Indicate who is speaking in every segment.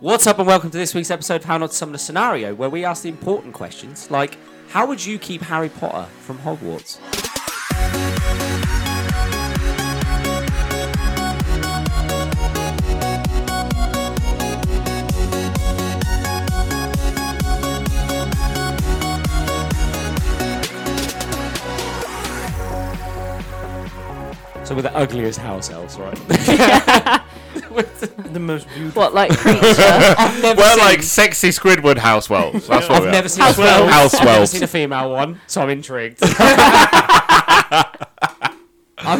Speaker 1: What's up, and welcome to this week's episode of How Not to Summon a Scenario, where we ask the important questions like how would you keep Harry Potter from Hogwarts? So we're the ugliest house elves, right?
Speaker 2: The most beautiful.
Speaker 3: What like creature?
Speaker 1: I've never
Speaker 4: We're
Speaker 1: seen-
Speaker 4: like sexy Squidward housewelves. That's what
Speaker 1: I've
Speaker 4: we
Speaker 1: never
Speaker 4: are.
Speaker 1: seen a
Speaker 3: Housewells.
Speaker 1: female- I've never
Speaker 4: Housewells.
Speaker 1: seen a female one, so I'm intrigued. I'm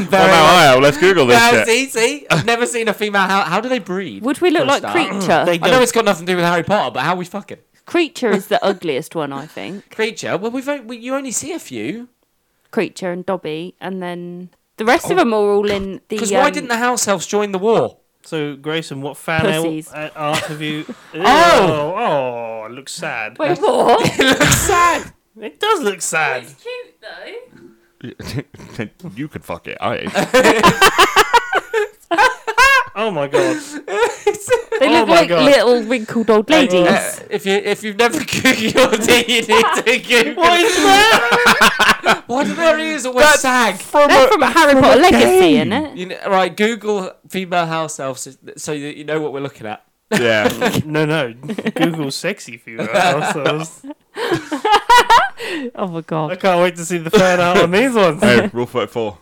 Speaker 1: very.
Speaker 4: Come out, I am. Let's Google this
Speaker 1: no,
Speaker 4: shit.
Speaker 1: see, see, I've never seen a female. How, how do they breed?
Speaker 3: Would we
Speaker 1: for
Speaker 3: look
Speaker 1: a
Speaker 3: like
Speaker 1: start?
Speaker 3: creature?
Speaker 2: They-
Speaker 1: I know it's got nothing to do with Harry Potter, but how we fucking
Speaker 3: creature is the ugliest one, I think.
Speaker 1: creature? Well, we've on- we, you only see a few.
Speaker 3: Creature and Dobby, and then the rest of them are all in the.
Speaker 1: Because Oh. why
Speaker 3: um,
Speaker 1: didn't the house elves join the war?
Speaker 2: So, Grayson, what fan
Speaker 3: Pussies.
Speaker 2: al- uh, art have you? Ew,
Speaker 1: Oh!
Speaker 2: oh, it looks sad.
Speaker 3: Wait, what?
Speaker 1: It looks sad.
Speaker 2: It does look sad.
Speaker 3: cute though.
Speaker 4: you could fuck it. I ain't.
Speaker 2: Oh my god.
Speaker 3: They
Speaker 2: Oh
Speaker 3: look
Speaker 2: my
Speaker 3: like
Speaker 2: God.
Speaker 3: little wrinkled old ladies.
Speaker 1: Uh, if you if you've never googled your D, you need to Google.
Speaker 2: What is that?
Speaker 1: Why do their ears always sag?
Speaker 3: They're from a Harry Potter legacy,
Speaker 4: game.
Speaker 3: innit?
Speaker 1: You know, right, Google female house elves so that you know what we're looking at.
Speaker 4: Yeah.
Speaker 2: no, no. Google sexy female. housewives.
Speaker 3: Oh my
Speaker 2: I
Speaker 3: god.
Speaker 2: can't wait to see the fan art on these ones.
Speaker 4: hey, rule 34.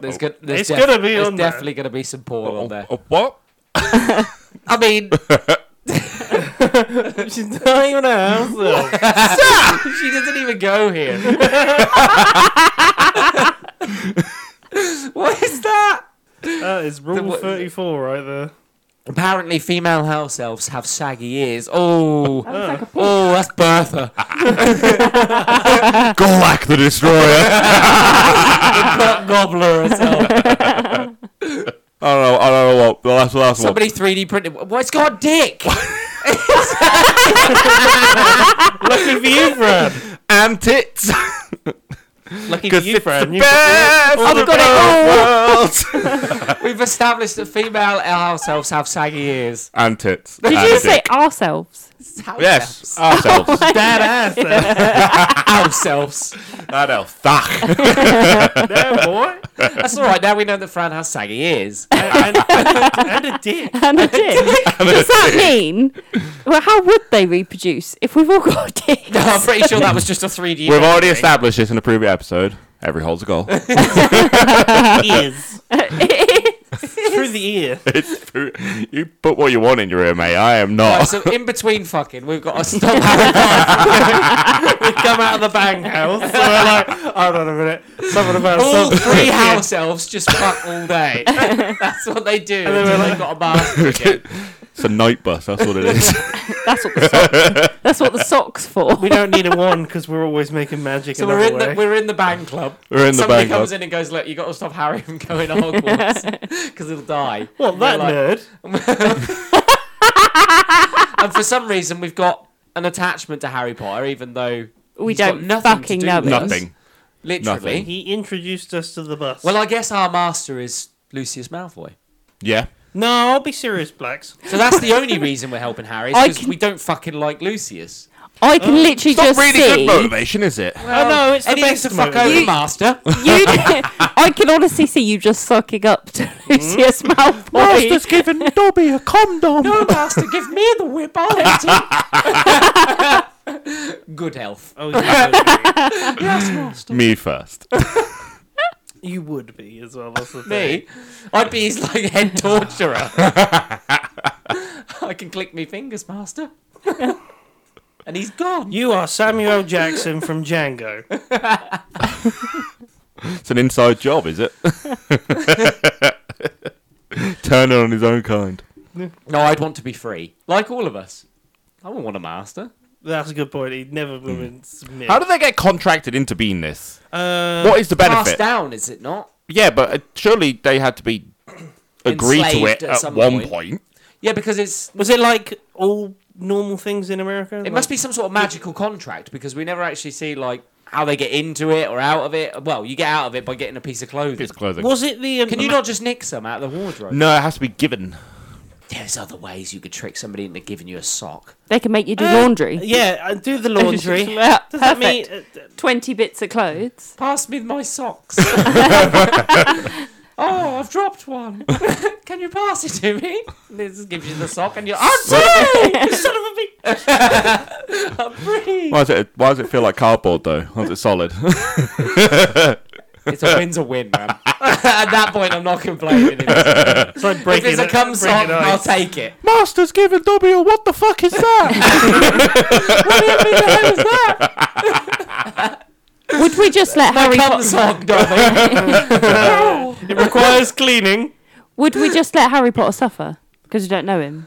Speaker 1: There's good. There's
Speaker 2: It's gonna be
Speaker 1: there's
Speaker 2: on there.
Speaker 1: definitely gonna be some porn on there.
Speaker 4: Oh, what?
Speaker 1: I mean,
Speaker 2: She's not even a house elf.
Speaker 1: she doesn't even go here. what is that?
Speaker 2: That is rule
Speaker 1: what-
Speaker 2: thirty-four right there.
Speaker 1: Apparently, female house elves have saggy ears. Oh,
Speaker 3: That like a
Speaker 1: oh, that's Bertha.
Speaker 4: Golak the Destroyer.
Speaker 1: Not Gobbler herself.
Speaker 4: I don't know. I don't know what. The last, the last one.
Speaker 1: Somebody 3D printed. Well, it's got a dick.
Speaker 2: Lucky for you, Fran.
Speaker 4: And tits.
Speaker 1: Lucky for
Speaker 4: Because
Speaker 1: you,
Speaker 4: it's
Speaker 1: Fran.
Speaker 4: the
Speaker 1: You-
Speaker 4: best
Speaker 2: all the
Speaker 4: of both worlds.
Speaker 1: We've established that female house elves have saggy ears.
Speaker 4: And tits.
Speaker 3: Did
Speaker 4: and
Speaker 3: you just say
Speaker 4: dick.
Speaker 3: ourselves?
Speaker 1: House
Speaker 4: Yes. Ourselves.
Speaker 2: Bad ass. there.
Speaker 1: elves. House elves.
Speaker 4: That elf. Thach.
Speaker 2: There, boy.
Speaker 1: That's all right. Now we know that Fran has saggy ears.
Speaker 2: And, and, and a dick.
Speaker 3: And a dick. Does that mean? Well, how would they reproduce if we've all got dicks?
Speaker 1: No, I'm pretty sure that was just a 3D.
Speaker 4: We've already established this in a previous episode. Every hole's a goal.
Speaker 2: Ears. Through the ear.
Speaker 4: it's true. You put what you want in your ear, mate. I am
Speaker 1: Right,
Speaker 4: not.
Speaker 1: so in between fucking, we've got to stop Harry Potter. we come out of the bang.
Speaker 2: house. So we're like, hold on a minute. Someone about
Speaker 1: All
Speaker 2: something.
Speaker 1: three house elves just fuck all day. That's what they do.
Speaker 2: then we're
Speaker 1: until they've
Speaker 2: like-
Speaker 1: got a master again.
Speaker 4: it's a night bus. That's what it is.
Speaker 3: That's what the socks. That's what the socks for.
Speaker 2: We don't need a one because we're always making magic.
Speaker 1: So
Speaker 2: another
Speaker 1: we're in
Speaker 2: way.
Speaker 1: the we're in the bang club.
Speaker 4: We're in the
Speaker 1: Somebody
Speaker 4: bang
Speaker 1: comes
Speaker 4: club.
Speaker 1: in and goes, "Look, you got to stop Harry from going to Hogwarts because he'll die."
Speaker 2: Well,
Speaker 1: And we're
Speaker 2: that
Speaker 1: like-
Speaker 2: nerd.
Speaker 1: And for some reason, we've got an attachment to Harry Potter, even though
Speaker 3: We
Speaker 1: he's got
Speaker 3: don't
Speaker 1: nothing to
Speaker 3: fucking
Speaker 1: do
Speaker 3: know
Speaker 1: with
Speaker 3: him.
Speaker 1: us,
Speaker 4: Nothing.
Speaker 1: Literally.
Speaker 4: Nothing.
Speaker 2: He introduced us to the bus.
Speaker 1: Well, I guess our master is Lucius Malfoy.
Speaker 4: Yeah.
Speaker 2: no, I'll be serious, Blacks.
Speaker 1: So that's the only reason we're helping Harry,
Speaker 3: I
Speaker 1: because
Speaker 3: can-
Speaker 1: we don't fucking like Lucius.
Speaker 3: I
Speaker 1: Mm.
Speaker 3: can literally
Speaker 4: It's not
Speaker 3: just
Speaker 4: really
Speaker 3: see.
Speaker 4: good motivation, is it?
Speaker 2: oh no, it's the
Speaker 1: Anything
Speaker 2: best
Speaker 1: to fuck
Speaker 2: moment.
Speaker 1: over
Speaker 3: You-
Speaker 1: master.
Speaker 3: You, I can honestly see you just sucking up to
Speaker 1: Mm.
Speaker 3: Lucius Malfoy.
Speaker 4: giving Dobby a condom.
Speaker 1: No, master, give me the whip. I'll hit him. Good health.
Speaker 2: Oh, you would,
Speaker 4: Me first.
Speaker 2: be. you would be as well. That's the thing.
Speaker 1: Me, I'd be his like head torturer. I can click me fingers, master. and he's gone.
Speaker 2: You are Samuel Jackson from Django.
Speaker 4: It's an inside job, is it? Turn it on his own kind.
Speaker 1: No, I'd want to be free, like all of us. I wouldn't want a master.
Speaker 2: That's a good point. He'd never
Speaker 1: Hmm.
Speaker 2: been submit.
Speaker 4: How do they get contracted into being this?
Speaker 2: uh,
Speaker 4: What is the
Speaker 1: Um, Passed
Speaker 4: benefit?
Speaker 1: down, is it not?
Speaker 4: Yeah, but uh, surely they had to be agreed to
Speaker 1: Enslaved
Speaker 4: it
Speaker 1: at
Speaker 4: at,
Speaker 1: some
Speaker 4: one
Speaker 1: point.
Speaker 4: point.
Speaker 1: Yeah, because it's
Speaker 2: was it like all normal things in America?
Speaker 1: It must be some sort of magical contract because we never actually see like how they get into it or out of it. Well, you get out of it by getting a piece of clothing. Mm.
Speaker 4: It's clothing.
Speaker 2: Was it the? Um,
Speaker 1: Can you not just nick some out of the wardrobe?
Speaker 4: No, it has to be given.
Speaker 1: There's other ways you could trick somebody into giving you a sock.
Speaker 3: They can make you do
Speaker 1: Uh,
Speaker 3: laundry.
Speaker 2: Yeah, I do the laundry.
Speaker 3: Yeah,
Speaker 2: Does that mean
Speaker 3: perfect.
Speaker 2: uh, d-
Speaker 3: 20 bits of clothes.
Speaker 1: Pass me my socks. oh, I've dropped one. Can you pass it to me? This gives you the sock, and you're oh, son of a bee! Son of a bee! I'm free.
Speaker 4: Why, is it, why does it feel like cardboard though? Why is it solid?
Speaker 1: It's a win's a win, man. At that point, I'm not complaining. If
Speaker 2: it's like breaking
Speaker 1: it's a
Speaker 2: it-
Speaker 1: cum sock,
Speaker 2: breaking
Speaker 1: I'll
Speaker 2: ice.
Speaker 1: take it.
Speaker 4: Master's giving Dobby a what the fuck is that?
Speaker 3: Would we just let Harry
Speaker 1: Cum
Speaker 3: Potter?
Speaker 1: sock, Dobby.
Speaker 2: It requires cleaning.
Speaker 3: Would we just let Harry Potter suffer because we don't know him?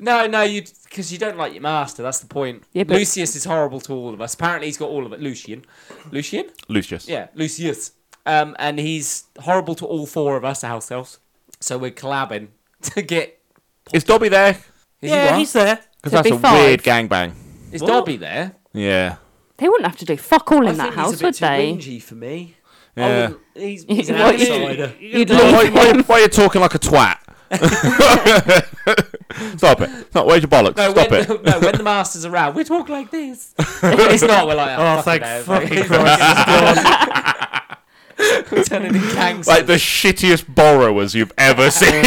Speaker 1: No, no, you because you don't like your master. That's the point.
Speaker 3: Yeah, but-
Speaker 1: Lucius is horrible to all of us. Apparently, he's got all of it. Lucian, Lucian,
Speaker 4: Lucius.
Speaker 1: yeah, Lucius, um, and he's horrible to all four of us house elves. So we're collabing to get.
Speaker 4: Is Dobby there?
Speaker 1: Is he
Speaker 2: yeah,
Speaker 1: what?
Speaker 2: he's there.
Speaker 4: Because
Speaker 3: Could
Speaker 4: that's
Speaker 3: be
Speaker 4: a
Speaker 3: five.
Speaker 4: weird gangbang.
Speaker 1: Is
Speaker 2: What?
Speaker 1: Dobby there?
Speaker 4: Yeah.
Speaker 3: They wouldn't have to do fuck all
Speaker 1: I
Speaker 3: in that
Speaker 1: think
Speaker 3: house,
Speaker 1: he's a
Speaker 3: would
Speaker 1: bit too
Speaker 3: they?
Speaker 1: whingy for me. I
Speaker 4: Yeah.
Speaker 1: wouldn't- he's, he's an
Speaker 3: What you-
Speaker 1: outsider.
Speaker 3: You'd
Speaker 4: Why,
Speaker 3: leave
Speaker 4: why-
Speaker 3: him.
Speaker 4: why are you talking like a twat? Stop it. No, where's your bollocks?
Speaker 1: No,
Speaker 4: Stop
Speaker 1: when,
Speaker 4: it.
Speaker 1: no, when the master's around, we talk like this. it's not. We're like, oh,
Speaker 2: Oh,
Speaker 1: fucking
Speaker 2: thank
Speaker 1: hell,
Speaker 2: fucking
Speaker 1: mate.
Speaker 2: Christ.
Speaker 1: We're turning into gangsters.
Speaker 4: Like the shittiest borrowers you've ever seen.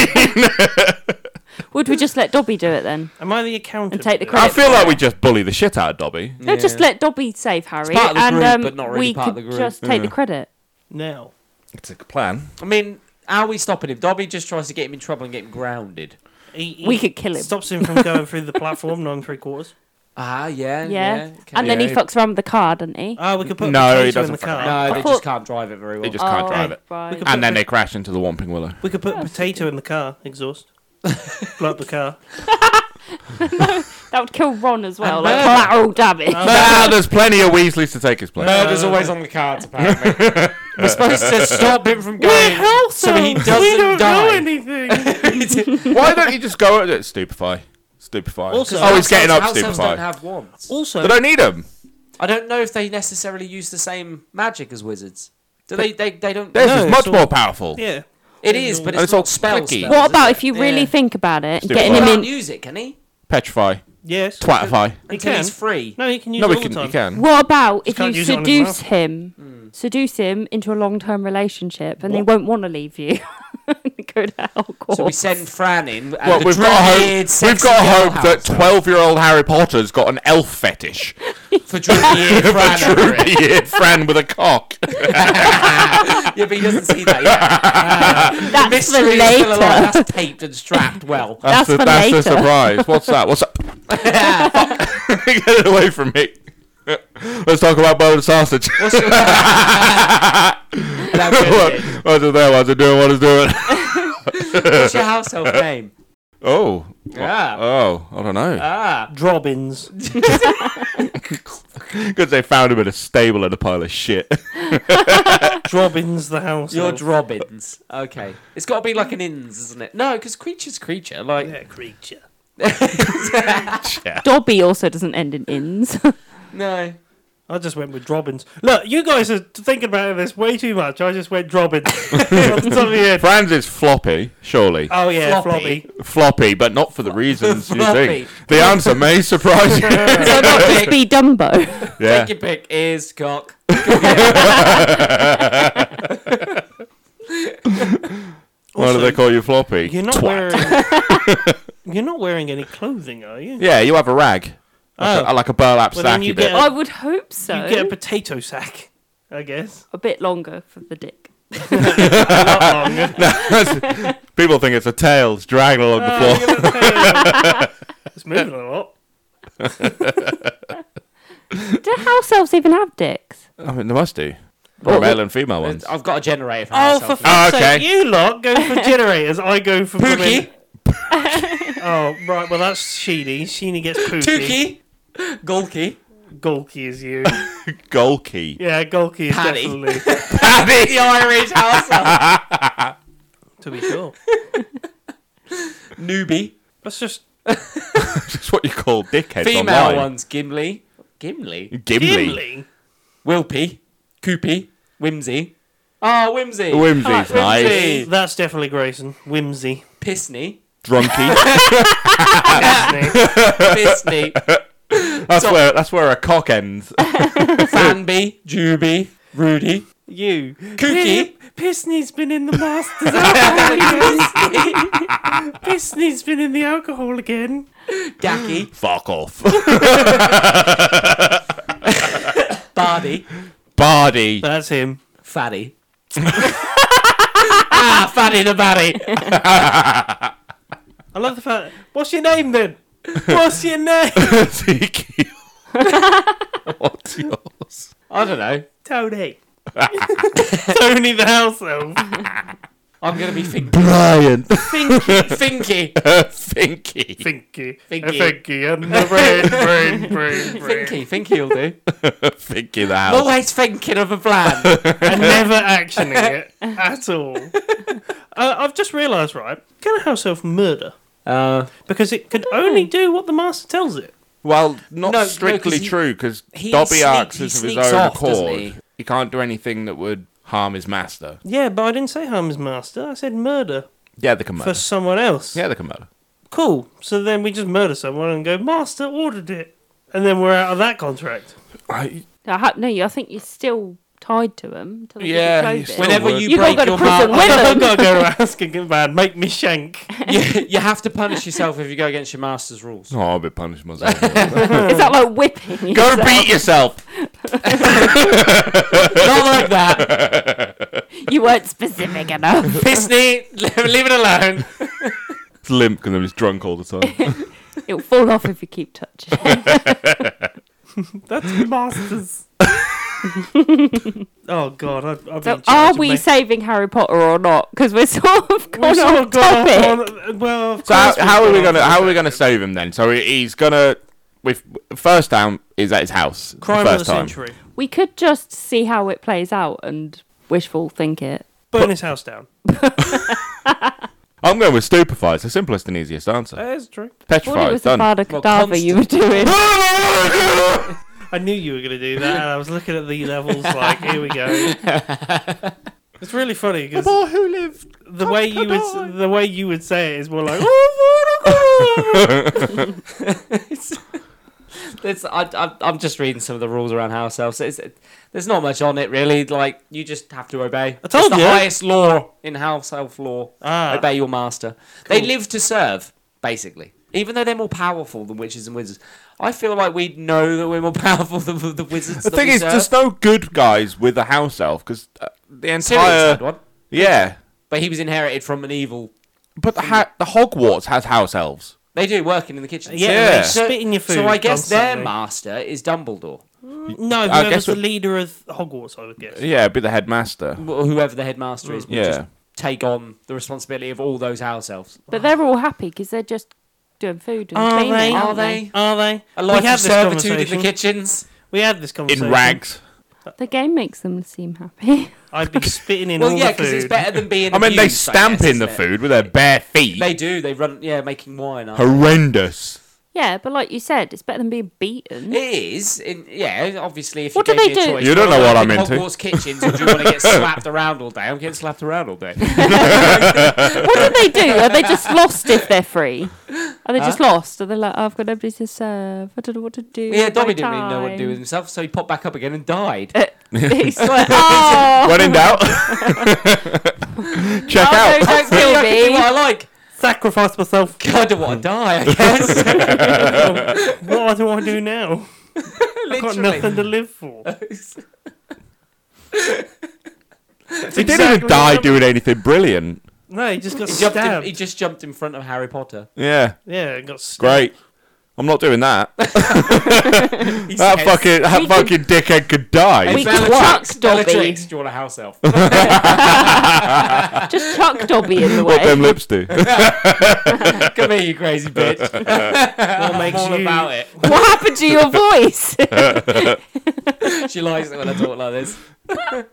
Speaker 3: Would we just let Dobby do it then?
Speaker 2: Am I the accountant?
Speaker 3: And take the
Speaker 4: I
Speaker 3: credit.
Speaker 4: feel like we just bully the shit out of Dobby.
Speaker 3: No, just
Speaker 1: Yeah.
Speaker 3: let Dobby save Harry,
Speaker 1: part of the
Speaker 3: and
Speaker 1: group,
Speaker 3: um,
Speaker 1: but not really
Speaker 3: we
Speaker 1: part of
Speaker 3: could
Speaker 1: the group.
Speaker 3: just take the credit.
Speaker 2: Now.
Speaker 4: It's a plan.
Speaker 1: I mean, how are we stopping him? Dobby just tries to get him in trouble and get him grounded.
Speaker 2: He, he
Speaker 3: We could kill him.
Speaker 2: Stops him from going through the platform, nine and three quarters.
Speaker 1: Ah, yeah,
Speaker 3: Yeah,
Speaker 1: yeah.
Speaker 3: and then he
Speaker 4: Yeah.
Speaker 3: fucks around with the car, doesn't he?
Speaker 2: Ah, we could put
Speaker 4: No,
Speaker 2: potato
Speaker 4: he
Speaker 2: in
Speaker 4: doesn't
Speaker 2: the
Speaker 4: fucking-
Speaker 2: car.
Speaker 1: No, they
Speaker 3: Paul-
Speaker 1: just can't drive it very well.
Speaker 4: They just can't
Speaker 3: Oh,
Speaker 4: drive it.
Speaker 3: right.
Speaker 2: We could-
Speaker 4: And then they crash into the Whomping Willow.
Speaker 2: We could put
Speaker 3: That's
Speaker 2: potato in the car exhaust. Blow up the car.
Speaker 3: That would kill Ron as well,
Speaker 1: And
Speaker 3: like
Speaker 1: murder.
Speaker 3: collateral damage.
Speaker 4: Now there's plenty of Weasleys to take his place.
Speaker 1: Murder's always on the cards, apparently. We're supposed to stop him from going so he doesn't die.
Speaker 2: anything.
Speaker 4: Why don't you just go at it? Stupefy. Stupefy.
Speaker 2: Also-
Speaker 4: oh, he's getting up,
Speaker 1: House elves
Speaker 4: Stupefy.
Speaker 1: don't have wands.
Speaker 2: also,
Speaker 4: They don't need him.
Speaker 1: I don't know if they necessarily use the same magic as wizards. Do they? They, they don't.
Speaker 4: This
Speaker 2: No,
Speaker 4: is
Speaker 2: it's
Speaker 4: much
Speaker 2: all-
Speaker 4: more powerful.
Speaker 2: yeah.
Speaker 1: It is, but it's,
Speaker 4: And it's
Speaker 1: not
Speaker 4: all
Speaker 1: spell
Speaker 4: clicky.
Speaker 1: spells,
Speaker 3: What
Speaker 1: is
Speaker 3: about
Speaker 1: it?
Speaker 3: if you really
Speaker 1: Yeah.
Speaker 3: think about it,
Speaker 4: Stupid.
Speaker 3: getting
Speaker 1: He
Speaker 3: him
Speaker 1: can't
Speaker 3: in?
Speaker 1: use it, can he?
Speaker 4: Petrify.
Speaker 2: Yes.
Speaker 4: Twatify.
Speaker 1: Until
Speaker 2: can.
Speaker 1: he's free.
Speaker 2: No, he can use
Speaker 4: No,
Speaker 2: it
Speaker 4: we
Speaker 2: all
Speaker 4: can,
Speaker 2: the time.
Speaker 4: you can.
Speaker 3: What about if
Speaker 2: can't
Speaker 3: you
Speaker 2: use it on his
Speaker 3: seduce him, seduce him into a long-term relationship, and they won't want to leave you? Go to Alcor.
Speaker 1: So we send Fran in. And
Speaker 4: Well,
Speaker 1: the
Speaker 4: we've got to
Speaker 1: dreaded
Speaker 4: hope, we've
Speaker 1: sexy
Speaker 4: got
Speaker 1: girl
Speaker 4: to hope that
Speaker 1: house
Speaker 4: 12 year old Harry Potter's got an elf fetish.
Speaker 1: for dreaded Fran.
Speaker 4: True idiot Fran with a cock.
Speaker 1: Yeah, but he doesn't see that yet.
Speaker 3: That's for
Speaker 1: Mystery is still alive.
Speaker 3: later.
Speaker 1: That's taped and strapped well.
Speaker 3: That's
Speaker 4: the,
Speaker 3: for
Speaker 4: that's the
Speaker 3: later.
Speaker 4: surprise. What's that? What's that? Fuck. Get it away from me. Let's talk about bone and sausage.
Speaker 1: What's your- That really is.
Speaker 4: What's it there? What's it doing? What is doing?
Speaker 1: What's your house elf name?
Speaker 4: Oh.
Speaker 1: Yeah.
Speaker 4: Oh, I don't know.
Speaker 1: Ah,
Speaker 2: Drobbins.
Speaker 4: Because they found him in a stable in a pile of shit.
Speaker 2: Drobbins the house.
Speaker 1: your
Speaker 2: elf.
Speaker 1: Drobbins. Okay, it's got to be like an inns, isn't it? No, because creature's creature. Like
Speaker 2: Yeah, creature.
Speaker 3: Dobby also doesn't end in ins.
Speaker 1: no,
Speaker 2: I just went with Drobbins. Look, you guys are thinking about this way too much. I just went Drobbins. Off the top of your head.
Speaker 4: Franz is floppy, surely.
Speaker 2: Oh yeah,
Speaker 1: Floppy.
Speaker 2: floppy.
Speaker 4: floppy, but not for the reasons you
Speaker 1: Floppy.
Speaker 4: think. The answer may surprise you.
Speaker 3: so not just be Dumbo.
Speaker 4: yeah.
Speaker 1: take your pick. Ears, cock.
Speaker 4: Why do
Speaker 2: Also,
Speaker 4: they call you floppy?
Speaker 2: You're not
Speaker 4: Twat.
Speaker 2: wearing. you're not wearing any clothing, are you?
Speaker 4: Yeah, you have a rag. Like,
Speaker 2: Oh.
Speaker 4: a, like a burlap
Speaker 2: Well, then
Speaker 4: sack
Speaker 2: you
Speaker 4: you bit.
Speaker 2: get-
Speaker 3: I would hope so.
Speaker 2: You get a potato sack, I guess.
Speaker 3: a bit longer for the dick.
Speaker 4: People think it's a tail. It's dragging along
Speaker 2: Oh,
Speaker 4: the floor.
Speaker 2: It's moving a lot.
Speaker 3: Do house elves even have dicks?
Speaker 4: I mean, they must do. Or male and female ones.
Speaker 1: I've got a generator. For
Speaker 2: Oh,
Speaker 1: house
Speaker 2: for
Speaker 1: elf.
Speaker 2: fuck's
Speaker 4: okay.
Speaker 2: sake! You lot go for generators. I go for women.
Speaker 1: Pookie,
Speaker 2: Oh right, well that's Sheeny. Sheeny gets Pookie.
Speaker 1: Tookie, Golky.
Speaker 2: Golky is you.
Speaker 4: Golky.
Speaker 2: Yeah, Golky is
Speaker 1: Paddy.
Speaker 2: definitely.
Speaker 1: The Irish house elf.
Speaker 2: to be sure.
Speaker 1: Newbie.
Speaker 2: That's just
Speaker 4: That's what you call dickheads
Speaker 1: Female
Speaker 4: online.
Speaker 1: ones. Gimli. Gimli.
Speaker 4: Gimli.
Speaker 2: Gimli.
Speaker 1: Wilpy. Koopy. Whimsy. Ah, Whimsy.
Speaker 4: Whimsy's
Speaker 1: Whimsy.
Speaker 4: nice.
Speaker 1: Hey.
Speaker 2: That's definitely Grayson. Whimsy.
Speaker 1: Pissney.
Speaker 4: drunkie.
Speaker 2: Disney.
Speaker 1: Bisney,
Speaker 4: that's
Speaker 1: So-
Speaker 4: where that's where a cock ends.
Speaker 1: Fanby, Juby, Rudy,
Speaker 2: you.
Speaker 1: Kooky.
Speaker 2: Pisney's been in the master's alcohol again. Pisney's been in the alcohol again.
Speaker 1: Gacky,
Speaker 4: Fuck off,
Speaker 1: Bardi,
Speaker 4: Bardi.
Speaker 2: That's him.
Speaker 1: Faddy. ah, Faddy the Baddy.
Speaker 2: I love the fact. What's your name then? What's your name?
Speaker 4: Ezekiel. What's yours?
Speaker 1: I don't know.
Speaker 2: Tony. Tony the house elf.
Speaker 1: I'm gonna be think-
Speaker 4: Brian.
Speaker 1: Finky, Finky,
Speaker 4: Finky.
Speaker 2: Finky.
Speaker 1: Finky.
Speaker 2: Uh, Finky and the brain, brain, brain, brain.
Speaker 1: Finky, Finky'll do.
Speaker 4: Finky the house.
Speaker 1: Always thinking of a plan.
Speaker 2: And never actioning it at all. Uh, I've just realised, right? Can a house elf murder?
Speaker 1: Uh,
Speaker 2: Because it can only do what the master tells it.
Speaker 4: Well,
Speaker 1: No,
Speaker 4: not
Speaker 1: no,
Speaker 4: strictly
Speaker 1: 'cause he-
Speaker 4: true, 'cause true,
Speaker 1: he
Speaker 4: because Dobby
Speaker 1: sneak-
Speaker 4: acts
Speaker 1: he
Speaker 4: is of his
Speaker 1: sneaks
Speaker 4: own
Speaker 1: off, doesn't
Speaker 4: accord. He?
Speaker 1: he?
Speaker 4: can't do anything that would harm his master.
Speaker 2: Yeah, but I didn't say harm his master. I said murder
Speaker 4: Yeah, they can murder.
Speaker 2: for someone else.
Speaker 4: Yeah, they can murder.
Speaker 2: Cool. So then we just murder someone and go, Master ordered it. And then we're out of that contract.
Speaker 4: I,
Speaker 3: I ha- no, you- I think you're still tied to him. Until they
Speaker 4: Yeah,
Speaker 3: get you
Speaker 4: you
Speaker 3: COVID.
Speaker 4: still-
Speaker 1: whenever
Speaker 4: would.
Speaker 1: you
Speaker 3: You gotta
Speaker 1: break
Speaker 3: go to
Speaker 1: your
Speaker 3: prison
Speaker 1: heart,
Speaker 3: with
Speaker 2: I've
Speaker 3: him.
Speaker 2: got to go asking him, man, make me shank.
Speaker 1: you, you have to punish yourself if you go against your master's rules.
Speaker 4: oh, I'll be punished myself.
Speaker 3: Is that like whipping?
Speaker 4: Go
Speaker 3: yourself?
Speaker 4: beat yourself.
Speaker 1: Not like that.
Speaker 3: You weren't specific enough.
Speaker 1: Pisney, leave it alone.
Speaker 4: It's limp because I'm just drunk all the time.
Speaker 3: It'll fall off if you keep touching. it.
Speaker 2: That's Masters. oh, God. I,
Speaker 3: So
Speaker 2: I've been
Speaker 3: are
Speaker 2: charged
Speaker 3: we
Speaker 2: with-
Speaker 3: saving Harry Potter or not? Because we're sort of
Speaker 2: We've
Speaker 3: gone
Speaker 2: sort
Speaker 3: off
Speaker 2: of gone
Speaker 3: topic.
Speaker 2: on- Oh, well, of
Speaker 4: so how,
Speaker 2: course
Speaker 4: how are
Speaker 2: we've
Speaker 4: we
Speaker 2: gone
Speaker 4: gonna
Speaker 2: off
Speaker 4: how are we gonna save him then? So he- he's gonna with first down is at his house. the
Speaker 2: Crime of
Speaker 4: first
Speaker 2: the
Speaker 4: time.
Speaker 2: century.
Speaker 3: We could just see how it plays out and wishful think it.
Speaker 2: Burn his house down.
Speaker 4: I'm going with stupefy. It's the simplest and easiest answer.
Speaker 1: Uh,
Speaker 2: That is true.
Speaker 3: I thought it
Speaker 4: Petrified.
Speaker 3: was the
Speaker 4: Done.
Speaker 3: Avada
Speaker 1: Well,
Speaker 3: Kedavra you were doing.
Speaker 2: I knew you were going to do that. And I was looking at the levels like, here we go. It's really funny because
Speaker 4: who lived.
Speaker 2: the way you would the way you would say it is more like
Speaker 1: It's, I, I, I'm just reading some of the rules around house elves. It's, it, there's not much on it really. Like you just have to obey. I
Speaker 2: told
Speaker 1: it's
Speaker 2: you.
Speaker 1: the highest law in house elf law.
Speaker 2: Ah.
Speaker 1: Obey your master. They
Speaker 2: Cool.
Speaker 1: live to serve, basically. Even though they're more powerful than witches and wizards, I feel like we know that we're more powerful than the wizards.
Speaker 4: The
Speaker 1: that
Speaker 4: thing
Speaker 1: we
Speaker 4: is,
Speaker 1: serve.
Speaker 4: there's no good guys with a house elf because uh, the
Speaker 1: Sirius
Speaker 4: entire
Speaker 1: had one,
Speaker 4: yeah,
Speaker 1: but he was inherited from an evil.
Speaker 4: but the ha- the Hogwarts has house elves.
Speaker 1: They do working in the kitchen.
Speaker 2: Yeah,
Speaker 4: Yeah.
Speaker 2: they spit in your food.
Speaker 1: So I guess their
Speaker 2: constantly.
Speaker 1: master is Dumbledore,
Speaker 2: No,
Speaker 4: I
Speaker 2: whoever's
Speaker 4: guess
Speaker 2: the
Speaker 4: we-
Speaker 2: leader of Hogwarts, I would guess.
Speaker 4: Yeah, be the headmaster.
Speaker 1: or whoever the headmaster is. will
Speaker 4: Mm. Yeah.
Speaker 1: Just take on the responsibility of all those house elves.
Speaker 3: But they're all happy because they're just doing food and
Speaker 2: Are
Speaker 3: cleaning.
Speaker 2: they?
Speaker 3: aren't
Speaker 1: Are they?
Speaker 2: Are they?
Speaker 1: A life
Speaker 2: we
Speaker 1: of
Speaker 2: had this
Speaker 1: servitude in
Speaker 2: conversation.
Speaker 1: the kitchens.
Speaker 2: we had this conversation.
Speaker 4: In rags.
Speaker 3: The game makes them seem happy.
Speaker 2: I'd be spitting in
Speaker 1: Well,
Speaker 2: all
Speaker 1: yeah,
Speaker 2: the
Speaker 1: because
Speaker 2: food.
Speaker 1: it's better than being.
Speaker 4: I mean, they
Speaker 1: abused,
Speaker 4: stamp
Speaker 1: guess,
Speaker 4: in the
Speaker 1: isn't it?
Speaker 4: food with their bare feet.
Speaker 1: They do. They run. Yeah, making wine. aren't
Speaker 4: Horrendous.
Speaker 3: Yeah, but like you said, it's better than being beaten.
Speaker 1: they? It is. In, yeah, obviously. If
Speaker 3: What
Speaker 1: you
Speaker 3: do
Speaker 1: gave
Speaker 3: they
Speaker 1: me a
Speaker 3: do?
Speaker 1: Choice,
Speaker 4: You don't
Speaker 1: do I
Speaker 4: know what
Speaker 1: work
Speaker 4: I'm
Speaker 1: in
Speaker 4: into.
Speaker 1: Hogwarts kitchens, or do you want to get slapped around all day? I'm getting slapped around all day.
Speaker 3: what do they do? Are they just lost if they're free? Are they just lost? Are they like, "Oh, I've got nobody to serve. I don't know what to do.
Speaker 1: yeah,
Speaker 3: with my
Speaker 1: Dobby didn't really know what to do with
Speaker 3: time."
Speaker 1: himself, so he popped back up again and died.
Speaker 3: He's like, oh,
Speaker 4: When in doubt, check
Speaker 3: Oh,
Speaker 4: out.
Speaker 3: no, don't
Speaker 1: I
Speaker 3: kill
Speaker 1: can do
Speaker 3: me.
Speaker 1: what I like.
Speaker 2: Sacrifice myself.
Speaker 1: I don't want to die. I guess.
Speaker 2: what do I do now? I've got nothing to live for.
Speaker 4: He didn't even die doing anything brilliant.
Speaker 2: No, he just got
Speaker 1: He jumped, in,
Speaker 2: stabbed.
Speaker 1: he just jumped in front of Harry Potter.
Speaker 4: Yeah,
Speaker 2: Yeah, he got stabbed.
Speaker 4: great. I'm not doing that. that
Speaker 1: says-
Speaker 4: fucking that
Speaker 3: We can-
Speaker 4: fucking dickhead could die.
Speaker 3: We
Speaker 1: Bellatrix-
Speaker 3: chucked Dobby.
Speaker 1: Bellatrix, do you want a house elf?
Speaker 3: just chuck Dobby in the
Speaker 4: what them
Speaker 3: way.
Speaker 4: lips do.
Speaker 1: Come here, you crazy bitch.
Speaker 2: What
Speaker 1: I'm
Speaker 2: makes
Speaker 1: all
Speaker 2: you
Speaker 1: about it.
Speaker 3: What happened to your voice?
Speaker 1: She likes it when I talk like this.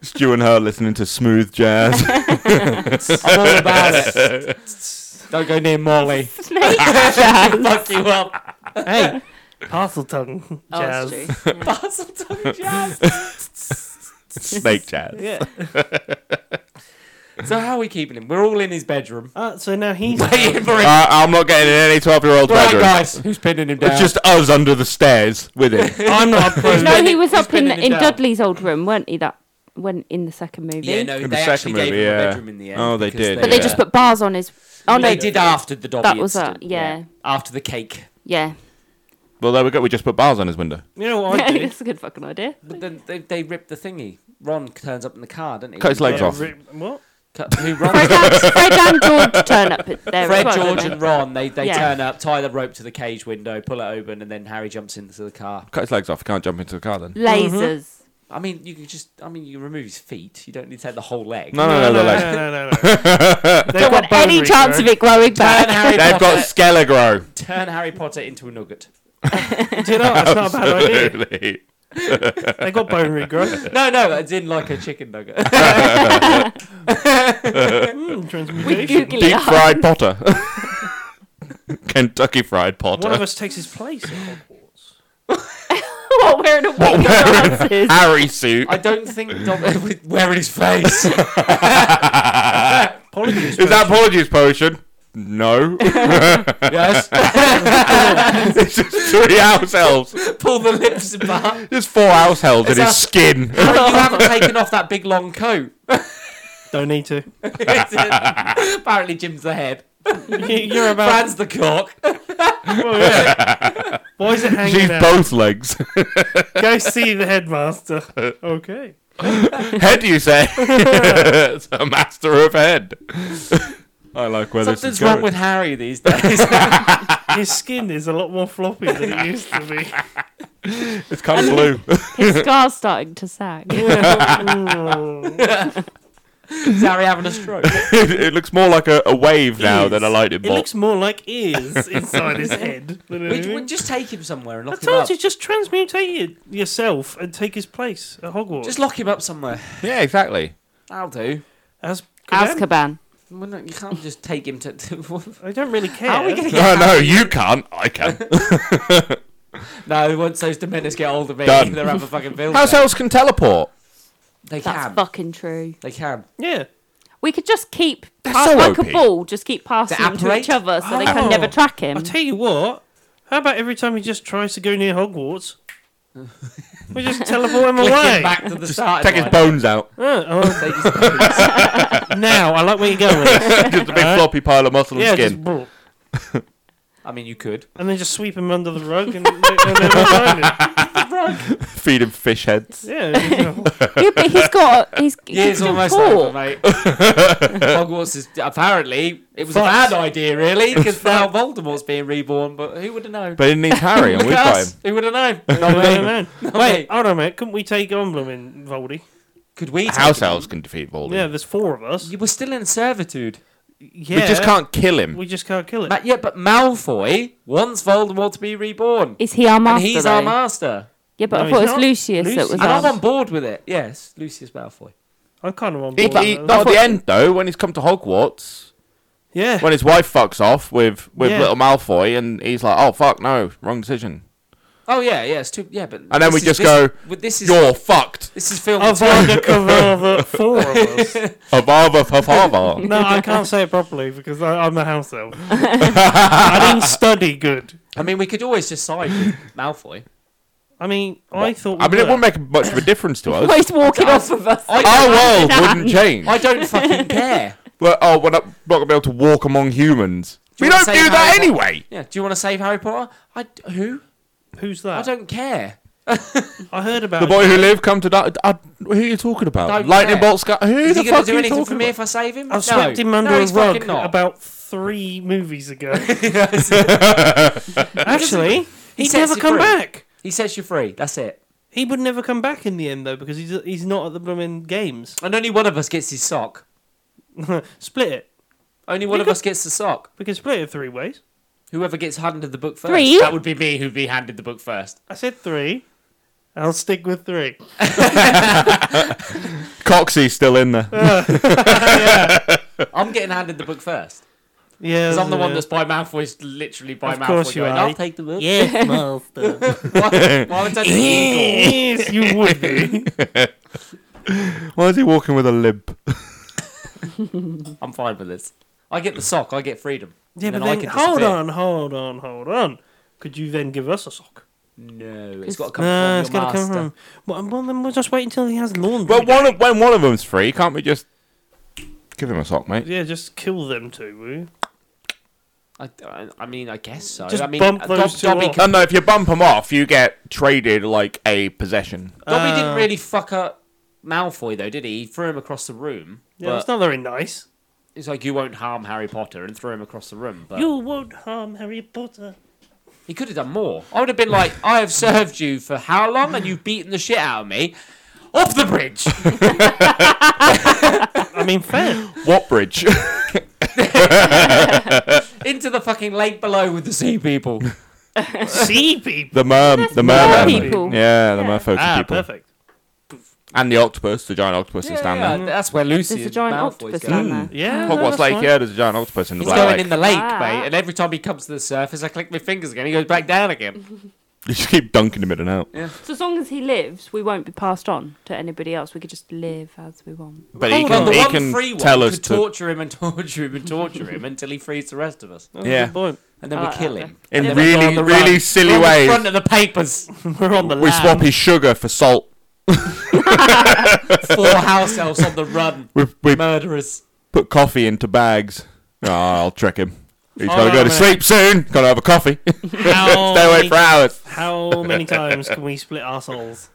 Speaker 4: Stu and her listening to smooth jazz.
Speaker 1: I'm all about it. Don't go near Molly.
Speaker 3: Snake jazz.
Speaker 1: Fuck you up.
Speaker 2: Hey, Parseltongue
Speaker 3: Oh,
Speaker 2: jazz.
Speaker 3: that's true.
Speaker 1: Basilton jazz.
Speaker 4: Snake jazz.
Speaker 2: yeah.
Speaker 1: So how are we keeping him? We're all in his bedroom.
Speaker 2: Uh, so now he's.
Speaker 1: Waiting for him.
Speaker 4: I, Uh, I'm not getting in any 12 year old
Speaker 1: Right,
Speaker 4: bedroom.
Speaker 1: guys, who's pinning him down?
Speaker 4: It's just us under the stairs with him.
Speaker 3: Oh.
Speaker 2: I'm not a pro.
Speaker 3: No, he was
Speaker 1: He's
Speaker 3: up in
Speaker 1: pinning it
Speaker 3: in
Speaker 1: down.
Speaker 3: Dudley's old room, weren't he? That when in the second movie.
Speaker 1: yeah, no,
Speaker 4: In the
Speaker 1: they actually
Speaker 4: second
Speaker 1: gave
Speaker 4: movie,
Speaker 1: him a
Speaker 4: yeah.
Speaker 1: bedroom in the end.
Speaker 4: Oh, they
Speaker 1: because uh,
Speaker 4: did,
Speaker 3: But they
Speaker 4: Yeah.
Speaker 3: just put bars on his. Oh no,
Speaker 1: they did after the Dobby
Speaker 3: That was a-
Speaker 1: incident,
Speaker 3: yeah.
Speaker 1: After the cake.
Speaker 3: Yeah,
Speaker 4: well, there we go. We just put bars on his window.
Speaker 2: You know what I do?
Speaker 3: that's a good fucking idea.
Speaker 1: But then they, they ripped the thingy. Ron turns up in the car, doesn't he?
Speaker 4: Cut his legs
Speaker 2: Uh,
Speaker 4: off.
Speaker 2: re- What?
Speaker 1: Cut- who runs
Speaker 3: Fred and, Fred and George turn up at there. as
Speaker 1: Fred,
Speaker 3: well, don't
Speaker 1: George,
Speaker 3: they?
Speaker 1: and Ron, they, they
Speaker 3: Yeah.
Speaker 1: turn up, tie the rope to the cage window, pull it open, and then Harry jumps into the car.
Speaker 4: Cut his legs off. He can't jump into the car then.
Speaker 3: lasers.
Speaker 1: I mean, you can just, I mean, you remove his feet. You don't need to take the whole leg.
Speaker 4: No, no, no, the legs.
Speaker 2: no, no, no, no. They've
Speaker 3: Don't want
Speaker 2: got
Speaker 3: any
Speaker 2: boundary,
Speaker 3: chance
Speaker 2: bro.
Speaker 3: of it growing
Speaker 1: Turn
Speaker 3: back.
Speaker 1: Harry,
Speaker 4: They've
Speaker 1: Potter,
Speaker 4: got Skelegro.
Speaker 1: turn Harry Potter into a nugget.
Speaker 2: Do you know what? That's not a bad idea.
Speaker 4: Absolutely.
Speaker 2: They got bone regrowth.
Speaker 1: No, no, it's in like a chicken nugget.
Speaker 2: Mm,
Speaker 3: We
Speaker 2: transmutation.
Speaker 3: Google it
Speaker 4: Deep
Speaker 3: up.
Speaker 4: fried Potter. Kentucky fried
Speaker 2: One of
Speaker 4: Potter.
Speaker 2: us takes his place. at Hogwarts.
Speaker 3: What wearing a wig and glasses.
Speaker 4: Harry suit.
Speaker 1: I don't think Dom with wearing his face.
Speaker 2: Apologies.
Speaker 4: Is that apologies potion? No.
Speaker 1: yes.
Speaker 4: it's just three house elves.
Speaker 1: Pull the lips apart.
Speaker 4: There's four house elves in
Speaker 1: It's
Speaker 4: his
Speaker 1: a-
Speaker 4: skin.
Speaker 1: But you haven't taken off that big long coat.
Speaker 2: Don't need to.
Speaker 1: Apparently, Jim's the head.
Speaker 2: You're about.
Speaker 1: Fran's the cock.
Speaker 2: Well, yeah. Why is it
Speaker 4: She's
Speaker 2: hanging out?
Speaker 4: both legs.
Speaker 2: Go see the headmaster. Okay.
Speaker 4: head, you say? it's a master of head. I like where this is
Speaker 1: Something's
Speaker 4: going.
Speaker 1: wrong with Harry these days.
Speaker 2: His skin is a lot more floppy than it used to be.
Speaker 4: It's kind of blue.
Speaker 3: His scar's starting to sag.
Speaker 2: Mm.
Speaker 1: Is Harry having a stroke?
Speaker 4: it, it looks more like a, a wave now
Speaker 2: Ears.
Speaker 4: than a lightning
Speaker 2: It
Speaker 4: bolt.
Speaker 2: looks more like ears inside his head. You know what I
Speaker 1: We, we
Speaker 2: mean?
Speaker 1: just take him somewhere and
Speaker 2: I
Speaker 1: lock him
Speaker 2: told
Speaker 1: up.
Speaker 2: you, just transmute it yourself and take his place at Hogwarts.
Speaker 1: Just lock him up somewhere.
Speaker 4: yeah, exactly.
Speaker 1: That'll do.
Speaker 2: as Azkaban.
Speaker 3: Azkaban.
Speaker 1: We're not- You can't just take him to. to
Speaker 2: I don't really care.
Speaker 1: how are we going to get
Speaker 4: No, no,
Speaker 1: Harry?
Speaker 4: you can't. I can.
Speaker 1: No, once those Dominicans get older, maybe
Speaker 4: Done.
Speaker 1: they're having a fucking build.
Speaker 4: House elves can teleport.
Speaker 1: They
Speaker 3: That's
Speaker 1: can.
Speaker 3: fucking true.
Speaker 1: They can.
Speaker 2: Yeah.
Speaker 3: We could just keep
Speaker 4: They're
Speaker 3: pass,
Speaker 4: so
Speaker 3: like a
Speaker 4: OP.
Speaker 3: ball, just keep passing them to
Speaker 1: apparate?
Speaker 3: each other so they
Speaker 2: Oh.
Speaker 3: can never track him.
Speaker 2: I'll tell you what. How about every time he just tries to go near Hogwarts, we just teleport him
Speaker 1: Flick him
Speaker 2: away?
Speaker 1: back to the start.
Speaker 4: Take his bones out.
Speaker 2: Uh, oh, now, I like where you're going with this.
Speaker 4: just a big
Speaker 2: Alright.
Speaker 4: floppy pile of muscle and
Speaker 2: Yeah, just
Speaker 4: skin.
Speaker 2: bro.
Speaker 1: I mean, you could.
Speaker 2: And then just sweep him under the rug and, and then we'll find him.
Speaker 4: Feed him fish heads.
Speaker 2: Yeah. you know.
Speaker 3: yeah, but he's got he's, he can
Speaker 1: Years
Speaker 3: still
Speaker 1: almost
Speaker 3: talk.
Speaker 1: over, mate. Hogwarts is apparently it was a bad idea, really, because now Voldemort's being reborn. But who would have known?
Speaker 4: But it needs Harry, and
Speaker 1: Look
Speaker 4: we've
Speaker 1: at
Speaker 4: got
Speaker 1: us.
Speaker 4: him.
Speaker 1: Who would have known? Not
Speaker 2: Man,
Speaker 1: me.
Speaker 2: man.
Speaker 1: Not me.
Speaker 2: Wait, hold on a minute. Couldn't we take Omblum in Voldy?
Speaker 1: Could we? take
Speaker 4: House
Speaker 1: him?
Speaker 4: elves can defeat Voldemort.
Speaker 2: Yeah, there's four of us.
Speaker 1: You were still in servitude.
Speaker 2: Yeah.
Speaker 4: We just can't kill him.
Speaker 2: We just can't kill it.
Speaker 1: Ma- yeah, but Malfoy wants Voldemort to be reborn.
Speaker 3: Is he our
Speaker 1: and
Speaker 3: master?
Speaker 1: he's
Speaker 3: though?
Speaker 1: our master.
Speaker 3: Yeah, but
Speaker 2: No,
Speaker 3: I
Speaker 2: he's
Speaker 3: thought it
Speaker 2: not.
Speaker 3: was Lucius
Speaker 2: Lucius.
Speaker 3: that was
Speaker 1: And I'm
Speaker 3: our.
Speaker 1: on board with it. Yes, Lucius Malfoy.
Speaker 2: I'm kind of on
Speaker 4: He,
Speaker 2: board.
Speaker 4: he,
Speaker 2: with
Speaker 4: not at
Speaker 2: that.
Speaker 4: the end though. When he's come to Hogwarts,
Speaker 2: yeah.
Speaker 4: when his wife fucks off with with
Speaker 2: Yeah.
Speaker 4: little Malfoy, and he's like, "Oh fuck, no, wrong decision."
Speaker 1: Oh yeah, yeah, it's too. Yeah, but
Speaker 4: And then we
Speaker 1: this is-
Speaker 4: just go,
Speaker 1: this- But this is
Speaker 4: You're fucked.
Speaker 1: this is film.
Speaker 2: I've undercover the four of us.
Speaker 4: Avava favava.
Speaker 2: No, I can't say it properly because I, I'm a house elf. I didn't study good.
Speaker 1: I mean, we could always just side with Malfoy.
Speaker 2: I mean, I thought. We
Speaker 4: I mean, it
Speaker 2: were.
Speaker 4: wouldn't make much of a difference to
Speaker 3: Well,
Speaker 4: us.
Speaker 3: Oh, he's walking off of us.
Speaker 1: I
Speaker 4: Our
Speaker 1: don't,
Speaker 4: world wouldn't change.
Speaker 1: I don't fucking care.
Speaker 4: Well, oh, we're not, not gonna be able to walk among humans.
Speaker 1: Do
Speaker 4: we
Speaker 1: you
Speaker 4: don't
Speaker 1: wanna
Speaker 4: do
Speaker 1: say
Speaker 4: that
Speaker 1: Harry Potter?
Speaker 4: anyway.
Speaker 1: Yeah. Do you want to save Harry Potter? I d- who?
Speaker 2: Who's
Speaker 1: I
Speaker 2: that? I,
Speaker 1: don't care.
Speaker 2: heard about
Speaker 4: The boy who lived come to die. Uh, who are you talking about?
Speaker 1: Don't
Speaker 4: Lightning
Speaker 1: care.
Speaker 4: bolt scar. Who
Speaker 1: Is
Speaker 4: the
Speaker 1: he going
Speaker 4: fuck
Speaker 1: to do
Speaker 4: are you
Speaker 1: anything for
Speaker 4: talking
Speaker 1: me
Speaker 4: about?
Speaker 1: if I save him?
Speaker 2: I swept him under
Speaker 1: no,
Speaker 2: a
Speaker 1: he's fucking
Speaker 2: rug
Speaker 1: not.
Speaker 2: about three movies ago.
Speaker 1: He
Speaker 2: Actually, he'd
Speaker 1: sets
Speaker 2: never
Speaker 1: you
Speaker 2: come
Speaker 1: free.
Speaker 2: back.
Speaker 1: He sets you free. That's it.
Speaker 2: He would never come back in the end though because he's he's not at the blooming games.
Speaker 1: And only one of us gets his sock.
Speaker 2: Split it.
Speaker 1: Only one of us gets the sock.
Speaker 2: We can split it three ways.
Speaker 1: Whoever gets handed the book first.
Speaker 3: Three?
Speaker 1: That would be me who'd be handed the book first.
Speaker 2: I said three. I'll stick with three.
Speaker 4: Coxie's still in there.
Speaker 1: I'm getting handed the book first.
Speaker 2: Yeah,
Speaker 1: Because I'm the
Speaker 2: yeah.
Speaker 1: one that's by Malfoy's literally by
Speaker 2: Of
Speaker 1: Malfoy.
Speaker 2: course you
Speaker 1: going,
Speaker 2: are.
Speaker 1: I'll take the book.
Speaker 2: Yes, master.
Speaker 1: why, why would I take the eagle?
Speaker 2: yes, you would be.
Speaker 4: Why is he walking with a limp?
Speaker 1: I'm fine with this. I get the sock. I get freedom.
Speaker 2: Yeah,
Speaker 1: And
Speaker 2: but
Speaker 1: I
Speaker 2: then,
Speaker 1: can
Speaker 2: hold
Speaker 1: disappear.
Speaker 2: on, hold on, hold on. Could you then give us a sock?
Speaker 1: No, it's got to come
Speaker 2: No, it's
Speaker 1: from your
Speaker 2: gotta
Speaker 1: master.
Speaker 2: come from. Well, well, then we'll just wait until he has laundry.
Speaker 4: Well, one of, when one of them's free, can't we just give him a sock, mate?
Speaker 2: yeah, just kill them two, will you?
Speaker 1: I, I- I mean, I guess so.
Speaker 2: Just
Speaker 1: I mean,
Speaker 2: bump
Speaker 1: uh,
Speaker 2: those two
Speaker 1: Dobby,
Speaker 2: off.
Speaker 1: can-
Speaker 4: No, no. If you bump him off, you get traded like a possession.
Speaker 1: Dobby didn't
Speaker 2: Uh,
Speaker 1: really fuck up Malfoy though, did he? He threw him across the room.
Speaker 2: Yeah,
Speaker 1: but
Speaker 2: it's not very nice.
Speaker 1: it's like you won't harm Harry Potter and threw him across the room. But
Speaker 2: You won't harm Harry Potter.
Speaker 1: he could have done more. I would have been like, I have served you for how long, and you've beaten the shit out of me. Off the bridge.
Speaker 2: I mean, fair.
Speaker 4: What bridge?
Speaker 1: into the fucking lake below with the sea people.
Speaker 2: See people.
Speaker 4: the merm, the merman.
Speaker 3: people.
Speaker 4: Yeah, the
Speaker 3: Yeah.
Speaker 4: merfolk
Speaker 2: Ah,
Speaker 4: people,
Speaker 2: perfect.
Speaker 4: and the octopus, the giant octopus is down there. Mm.
Speaker 1: that's where Lucy
Speaker 3: There's a
Speaker 1: and
Speaker 3: giant
Speaker 1: Malfoy's
Speaker 3: octopus
Speaker 1: going.
Speaker 3: down there.
Speaker 2: Yeah. no,
Speaker 4: Hogwarts
Speaker 2: that's
Speaker 4: Lake,
Speaker 2: fine.
Speaker 4: yeah, there's a giant octopus in the
Speaker 1: He's
Speaker 4: black
Speaker 1: going
Speaker 4: lake.
Speaker 1: in the lake,
Speaker 3: Ah.
Speaker 1: mate, and every time he comes to the surface, I click my fingers again. He goes back down again.
Speaker 4: You just keep dunking him in and out.
Speaker 3: So as long as he lives, we won't be passed on to anybody else. We could just live as we want.
Speaker 4: But he
Speaker 1: Hold
Speaker 4: can,
Speaker 1: on, the
Speaker 4: he
Speaker 1: one
Speaker 4: can
Speaker 1: free one
Speaker 4: tell
Speaker 1: could
Speaker 4: us to.
Speaker 1: torture him and torture him and torture him until he frees the rest of us,
Speaker 2: That's a
Speaker 4: Yeah.
Speaker 2: good point.
Speaker 1: and then
Speaker 3: I
Speaker 1: we
Speaker 3: like
Speaker 1: kill
Speaker 3: that.
Speaker 1: him.
Speaker 4: in
Speaker 1: And then we go on
Speaker 4: really,
Speaker 1: the
Speaker 4: really
Speaker 1: run.
Speaker 4: silly
Speaker 1: We're on the
Speaker 4: ways.
Speaker 1: front of the papers.
Speaker 2: We're on the
Speaker 4: We
Speaker 2: lam.
Speaker 4: swap his sugar for salt.
Speaker 1: Four house elves on the run.
Speaker 4: We, we
Speaker 1: Murderers.
Speaker 4: put coffee into bags. Oh, I'll trick him. He's
Speaker 2: Hold
Speaker 4: gotta
Speaker 2: on
Speaker 4: go
Speaker 2: a
Speaker 4: to
Speaker 2: minute.
Speaker 4: sleep soon. Gotta have a coffee.
Speaker 2: How
Speaker 4: Stay away
Speaker 2: many-
Speaker 4: for hours.
Speaker 2: How many times can we split our souls?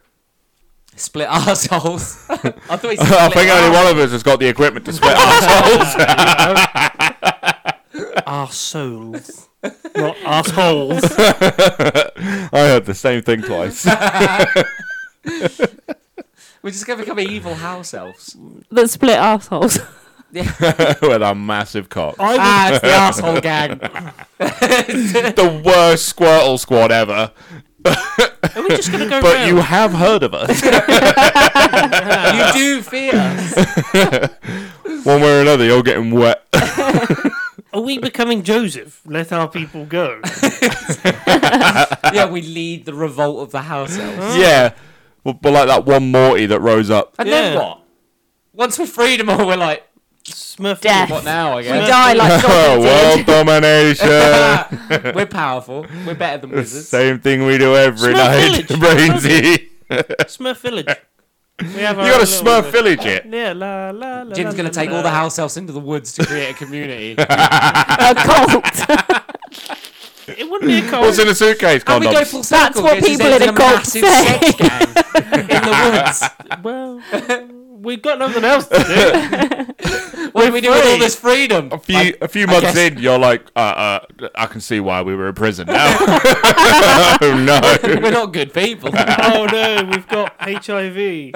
Speaker 1: Split assholes. I thought he said
Speaker 4: I
Speaker 1: split
Speaker 4: think only one of us has got the equipment to split assholes.
Speaker 2: Our souls. Not our souls.
Speaker 4: I heard the same thing twice.
Speaker 1: We're just going to become evil house elves.
Speaker 3: That split assholes.
Speaker 4: With a massive cock.
Speaker 2: I would,
Speaker 1: Ah, it's the asshole gang.
Speaker 4: The worst Squirtle squad ever.
Speaker 2: Are we just going to go
Speaker 4: But
Speaker 2: round?
Speaker 4: you have heard of us.
Speaker 1: you do fear us.
Speaker 4: One way or another, you're getting wet.
Speaker 2: Are we becoming Joseph? Let our people go.
Speaker 1: Yeah, we lead the revolt of the house elves.
Speaker 4: yeah. Well, but like that one Morty that rose up.
Speaker 1: And
Speaker 2: Yeah.
Speaker 1: then what? Once we freed them all, we're like,
Speaker 2: Smurf.
Speaker 3: Death.
Speaker 1: what now, I
Speaker 3: We
Speaker 1: guess?
Speaker 3: die like
Speaker 4: Oh,
Speaker 3: Dobby did.
Speaker 4: world domination.
Speaker 1: We're powerful. We're better than wizards.
Speaker 4: Same thing we do every
Speaker 2: Smurf
Speaker 4: night.
Speaker 2: Village.
Speaker 4: Brainsy.
Speaker 2: Smurf Village. We have
Speaker 4: You got a Smurf Village it.
Speaker 2: Yeah, la la la.
Speaker 1: Jim's
Speaker 2: la,
Speaker 1: going to
Speaker 2: la,
Speaker 1: take
Speaker 2: la.
Speaker 1: all the house elves into the woods to create a community.
Speaker 3: A cult.
Speaker 2: It wouldn't be a cult.
Speaker 4: What's in a suitcase?
Speaker 1: and we
Speaker 4: Condoms.
Speaker 1: go full circle.
Speaker 3: That's what
Speaker 1: it just
Speaker 3: people
Speaker 1: ends
Speaker 3: in a cult
Speaker 1: massive
Speaker 3: say.
Speaker 1: sex gang in the woods.
Speaker 2: Well, we've got nothing else to
Speaker 1: What do we do with all this freedom?
Speaker 4: a few, a few months in, you're like, uh, uh, I can see why we were in prison now. oh no.
Speaker 1: We're not good people.
Speaker 2: do. oh no, we've got HIV.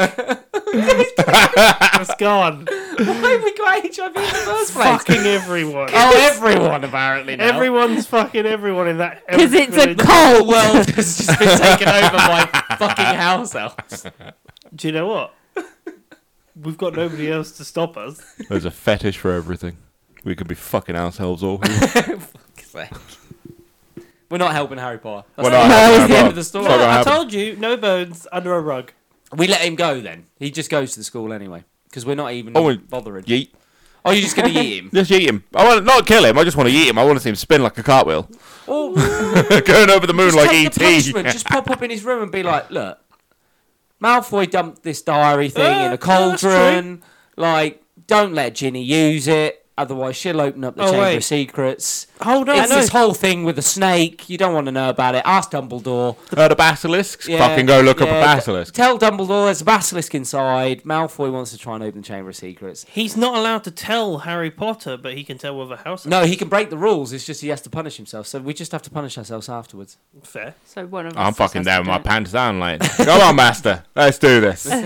Speaker 2: It's gone.
Speaker 1: Why we got HIV in the first place?
Speaker 2: Fucking everyone.
Speaker 1: oh, everyone apparently now.
Speaker 2: Everyone's fucking everyone in that.
Speaker 3: Because it's a
Speaker 2: village.
Speaker 1: the
Speaker 3: cult.
Speaker 1: world has just been taken over by fucking house elves.
Speaker 2: Do you know what? We've got nobody else to stop us.
Speaker 4: There's a fetish for everything. We could be fucking ourselves all.
Speaker 1: We're not helping Harry Potter. That's
Speaker 4: We're
Speaker 1: the
Speaker 4: not
Speaker 1: end
Speaker 4: helping Harry
Speaker 1: of the story.
Speaker 4: It's not gonna
Speaker 2: I
Speaker 4: happen.
Speaker 2: told you, no bones under a rug.
Speaker 1: We let him go then. He just goes to the school anyway. Because we're not even
Speaker 4: Oh, we-
Speaker 1: bothering.
Speaker 4: Yeet.
Speaker 1: Oh, you're just going to eat him?
Speaker 4: Just yeet him. I want to not kill him. I just want to yeet him. I want to see him spin like a cartwheel,
Speaker 1: Oh,
Speaker 4: going over the moon
Speaker 1: just
Speaker 4: like E
Speaker 1: take the
Speaker 4: ET.
Speaker 1: punishment. Just pop up in his room and be like, look, Malfoy dumped this diary thing
Speaker 2: Uh,
Speaker 1: in a
Speaker 2: no, that's true.
Speaker 1: cauldron. Like, don't let Ginny use it. Otherwise, she'll open up the
Speaker 2: Oh,
Speaker 1: Chamber
Speaker 2: wait.
Speaker 1: of Secrets.
Speaker 2: Hold on,
Speaker 1: it's
Speaker 2: no.
Speaker 1: this whole thing with the snake. You don't want to know about it. Ask Dumbledore.
Speaker 4: Heard of basilisks?
Speaker 1: Yeah,
Speaker 4: Fucking go look up
Speaker 1: yeah,
Speaker 4: a basilisk.
Speaker 1: Tell Dumbledore there's a basilisk inside. Malfoy wants to try and open the Chamber of Secrets.
Speaker 2: He's not allowed to tell Harry Potter, but he can tell with a house.
Speaker 1: No, he can break the rules. It's just he has to punish himself. So we just have to punish ourselves afterwards.
Speaker 2: fair.
Speaker 3: So one of us
Speaker 4: I'm
Speaker 3: just
Speaker 4: fucking
Speaker 3: has
Speaker 4: down
Speaker 3: to
Speaker 4: with
Speaker 3: do
Speaker 4: my
Speaker 3: it.
Speaker 4: pants down, like, come on, master, let's do this.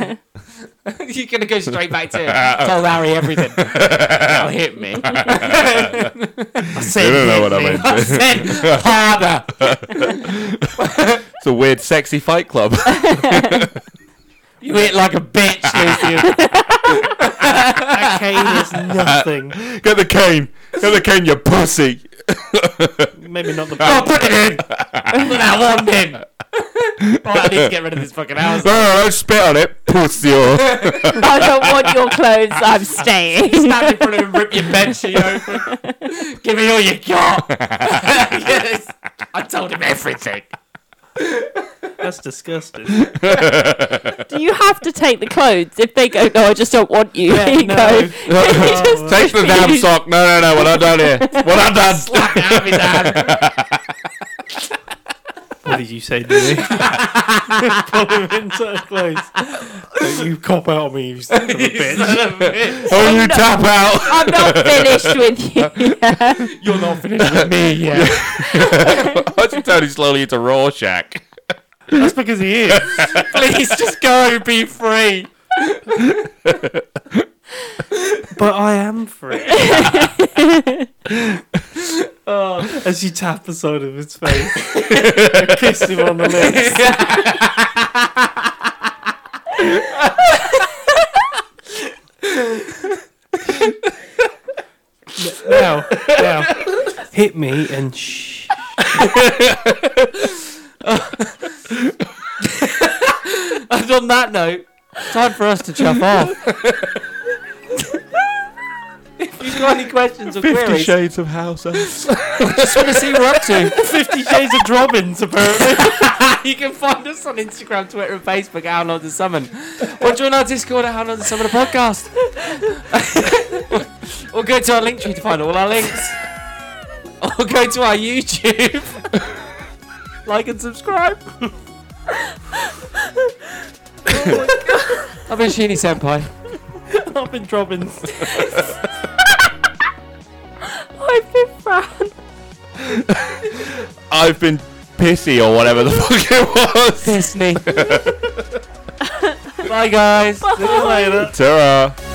Speaker 1: You're gonna go straight back to him. tell Larry everything. Now hit me.
Speaker 4: you don't know what I'm
Speaker 1: I
Speaker 4: into.
Speaker 1: said harder.
Speaker 4: It's a weird, sexy fight club.
Speaker 1: You hit like a bitch, Lucian.
Speaker 2: That cane is nothing.
Speaker 4: Get the cane. Get the cane, you pussy.
Speaker 2: Maybe not the
Speaker 1: oh, put it in. Put that wand in. I need to get rid of this fucking house.
Speaker 4: No, no, don't spit on it, pussy. or-
Speaker 3: I don't want your clothes. I'm staying.
Speaker 1: Stand in front of him, rip your bed sheet open. Give me all you got. yes. I told him everything.
Speaker 2: That's disgusting.
Speaker 3: Do you have to take the clothes if they go? No, I just don't want you.
Speaker 2: Yeah,
Speaker 3: Here you
Speaker 2: no.
Speaker 3: go.
Speaker 4: Take
Speaker 3: Just
Speaker 4: the damn sock. No, no, no. What I done here? What I done?
Speaker 1: Slap it out of his hand.
Speaker 2: What did you say to me? Pull him inside close. You cop out on me, you son of a bitch.
Speaker 1: Son of a bitch.
Speaker 4: Oh, you tap out.
Speaker 3: I'm not finished with you.
Speaker 1: You're not finished with me yet.
Speaker 4: I should turn you slowly into Rorschach.
Speaker 2: That's because he is.
Speaker 1: Please just go, be free.
Speaker 2: But I am free. oh, as you tap the side of his face, I kiss him on the lips. now, now, hit me and shh.
Speaker 1: And on that note, time for us to chuff off. if you've got any questions or queries,
Speaker 4: Shades of House.
Speaker 1: just want to see what we're up to,
Speaker 2: Fifty Shades of Drobbins, apparently.
Speaker 1: you can find us on Instagram, Twitter, and Facebook at How Long to Summon. Or join our Discord at How Long to Summon a Podcast. or go to our link tree to find all our links. Or go to our YouTube. like and subscribe. I've been Sheeny Senpai.
Speaker 2: I've been Drobbins.
Speaker 3: I've been frowned.
Speaker 4: I've been pissy or whatever the fuck it was.
Speaker 1: Disney. Bye, guys.
Speaker 2: See you later.
Speaker 4: Ta-ra.